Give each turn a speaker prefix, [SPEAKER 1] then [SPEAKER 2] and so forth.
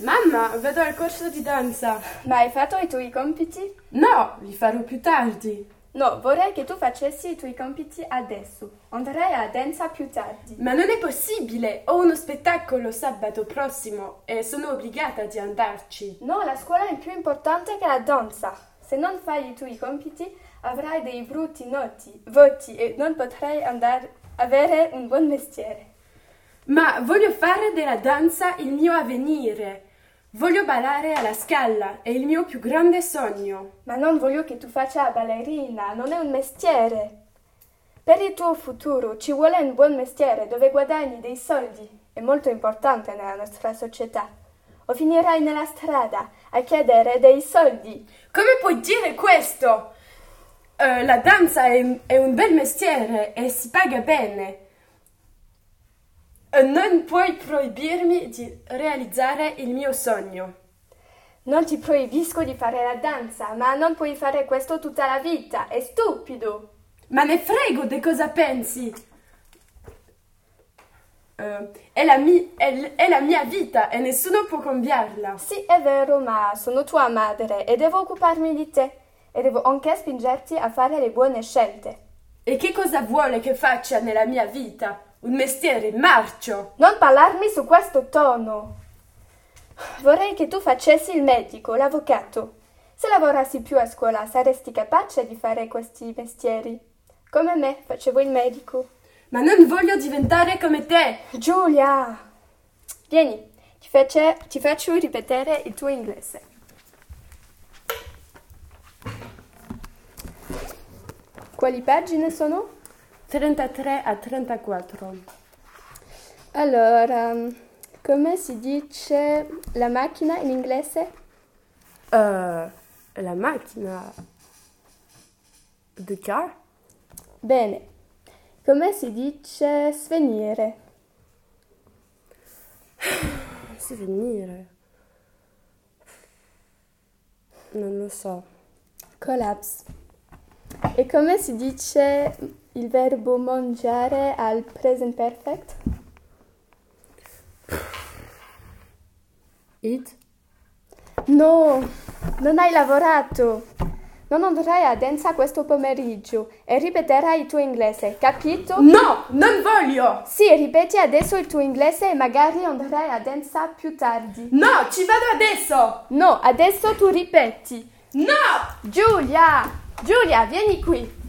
[SPEAKER 1] Mamma, vedo al corso di danza.
[SPEAKER 2] Ma hai fatto i tuoi compiti?
[SPEAKER 1] No, li farò più tardi.
[SPEAKER 2] No, vorrei che tu facessi i tuoi compiti adesso. Andrai a danza più tardi.
[SPEAKER 1] Ma non è possibile, ho uno spettacolo sabato prossimo e sono obbligata di andarci.
[SPEAKER 2] No, la scuola è più importante che la danza. Se non fai i tuoi compiti, avrai dei brutti noti, voti e non potrai andare avere un buon mestiere.
[SPEAKER 1] Ma voglio fare della danza il mio avvenire. Voglio ballare alla scala, è il mio più grande sogno.
[SPEAKER 2] Ma non voglio che tu faccia la ballerina, non è un mestiere. Per il tuo futuro ci vuole un buon mestiere dove guadagni dei soldi. È molto importante nella nostra società. O finirai nella strada a chiedere dei soldi.
[SPEAKER 1] Come puoi dire questo? Eh, la danza è, è un bel mestiere e si paga bene. Eh, non puoi proibirmi di realizzare il mio sogno.
[SPEAKER 2] Non ti proibisco di fare la danza, ma non puoi fare questo tutta la vita. È stupido.
[SPEAKER 1] Ma ne frego di cosa pensi! Eh, è, la mi- è l- è la mia vita e nessuno può cambiarla.
[SPEAKER 2] Sì, è vero, ma sono tua madre e devo occuparmi di te. E devo anche spingerti a fare le buone scelte.
[SPEAKER 1] E che cosa vuole che faccia nella mia vita? Un mestiere marcio?
[SPEAKER 2] Non parlarmi su questo tono. Vorrei che tu facessi il medico, l'avvocato. Se lavorassi più a scuola saresti capace di fare questi mestieri. Come me facevo il medico.
[SPEAKER 1] Ma non voglio diventare come te!
[SPEAKER 2] Giulia! Vieni, ti, face- ti faccio ripetere il tuo inglese. Quali pagine sono?
[SPEAKER 1] 33 a 34.
[SPEAKER 2] Allora, come si dice la macchina in inglese?
[SPEAKER 1] Eh, la macchina. The car?
[SPEAKER 2] Bene. Come si dice svenire?
[SPEAKER 1] Souvenir. Non lo so.
[SPEAKER 2] Collapse. E come si dice il verbo mangiare al present perfect?
[SPEAKER 1] It?
[SPEAKER 2] No, non hai lavorato. Non andrai a danza questo pomeriggio e ripeterai il tuo inglese, capito?
[SPEAKER 1] No, non voglio!
[SPEAKER 2] Sì, ripeti adesso il tuo inglese e magari andrai a danza più tardi.
[SPEAKER 1] No, ci vado adesso!
[SPEAKER 2] No, adesso tu ripeti.
[SPEAKER 1] No!
[SPEAKER 2] Giulia! Giulia, vieni qui!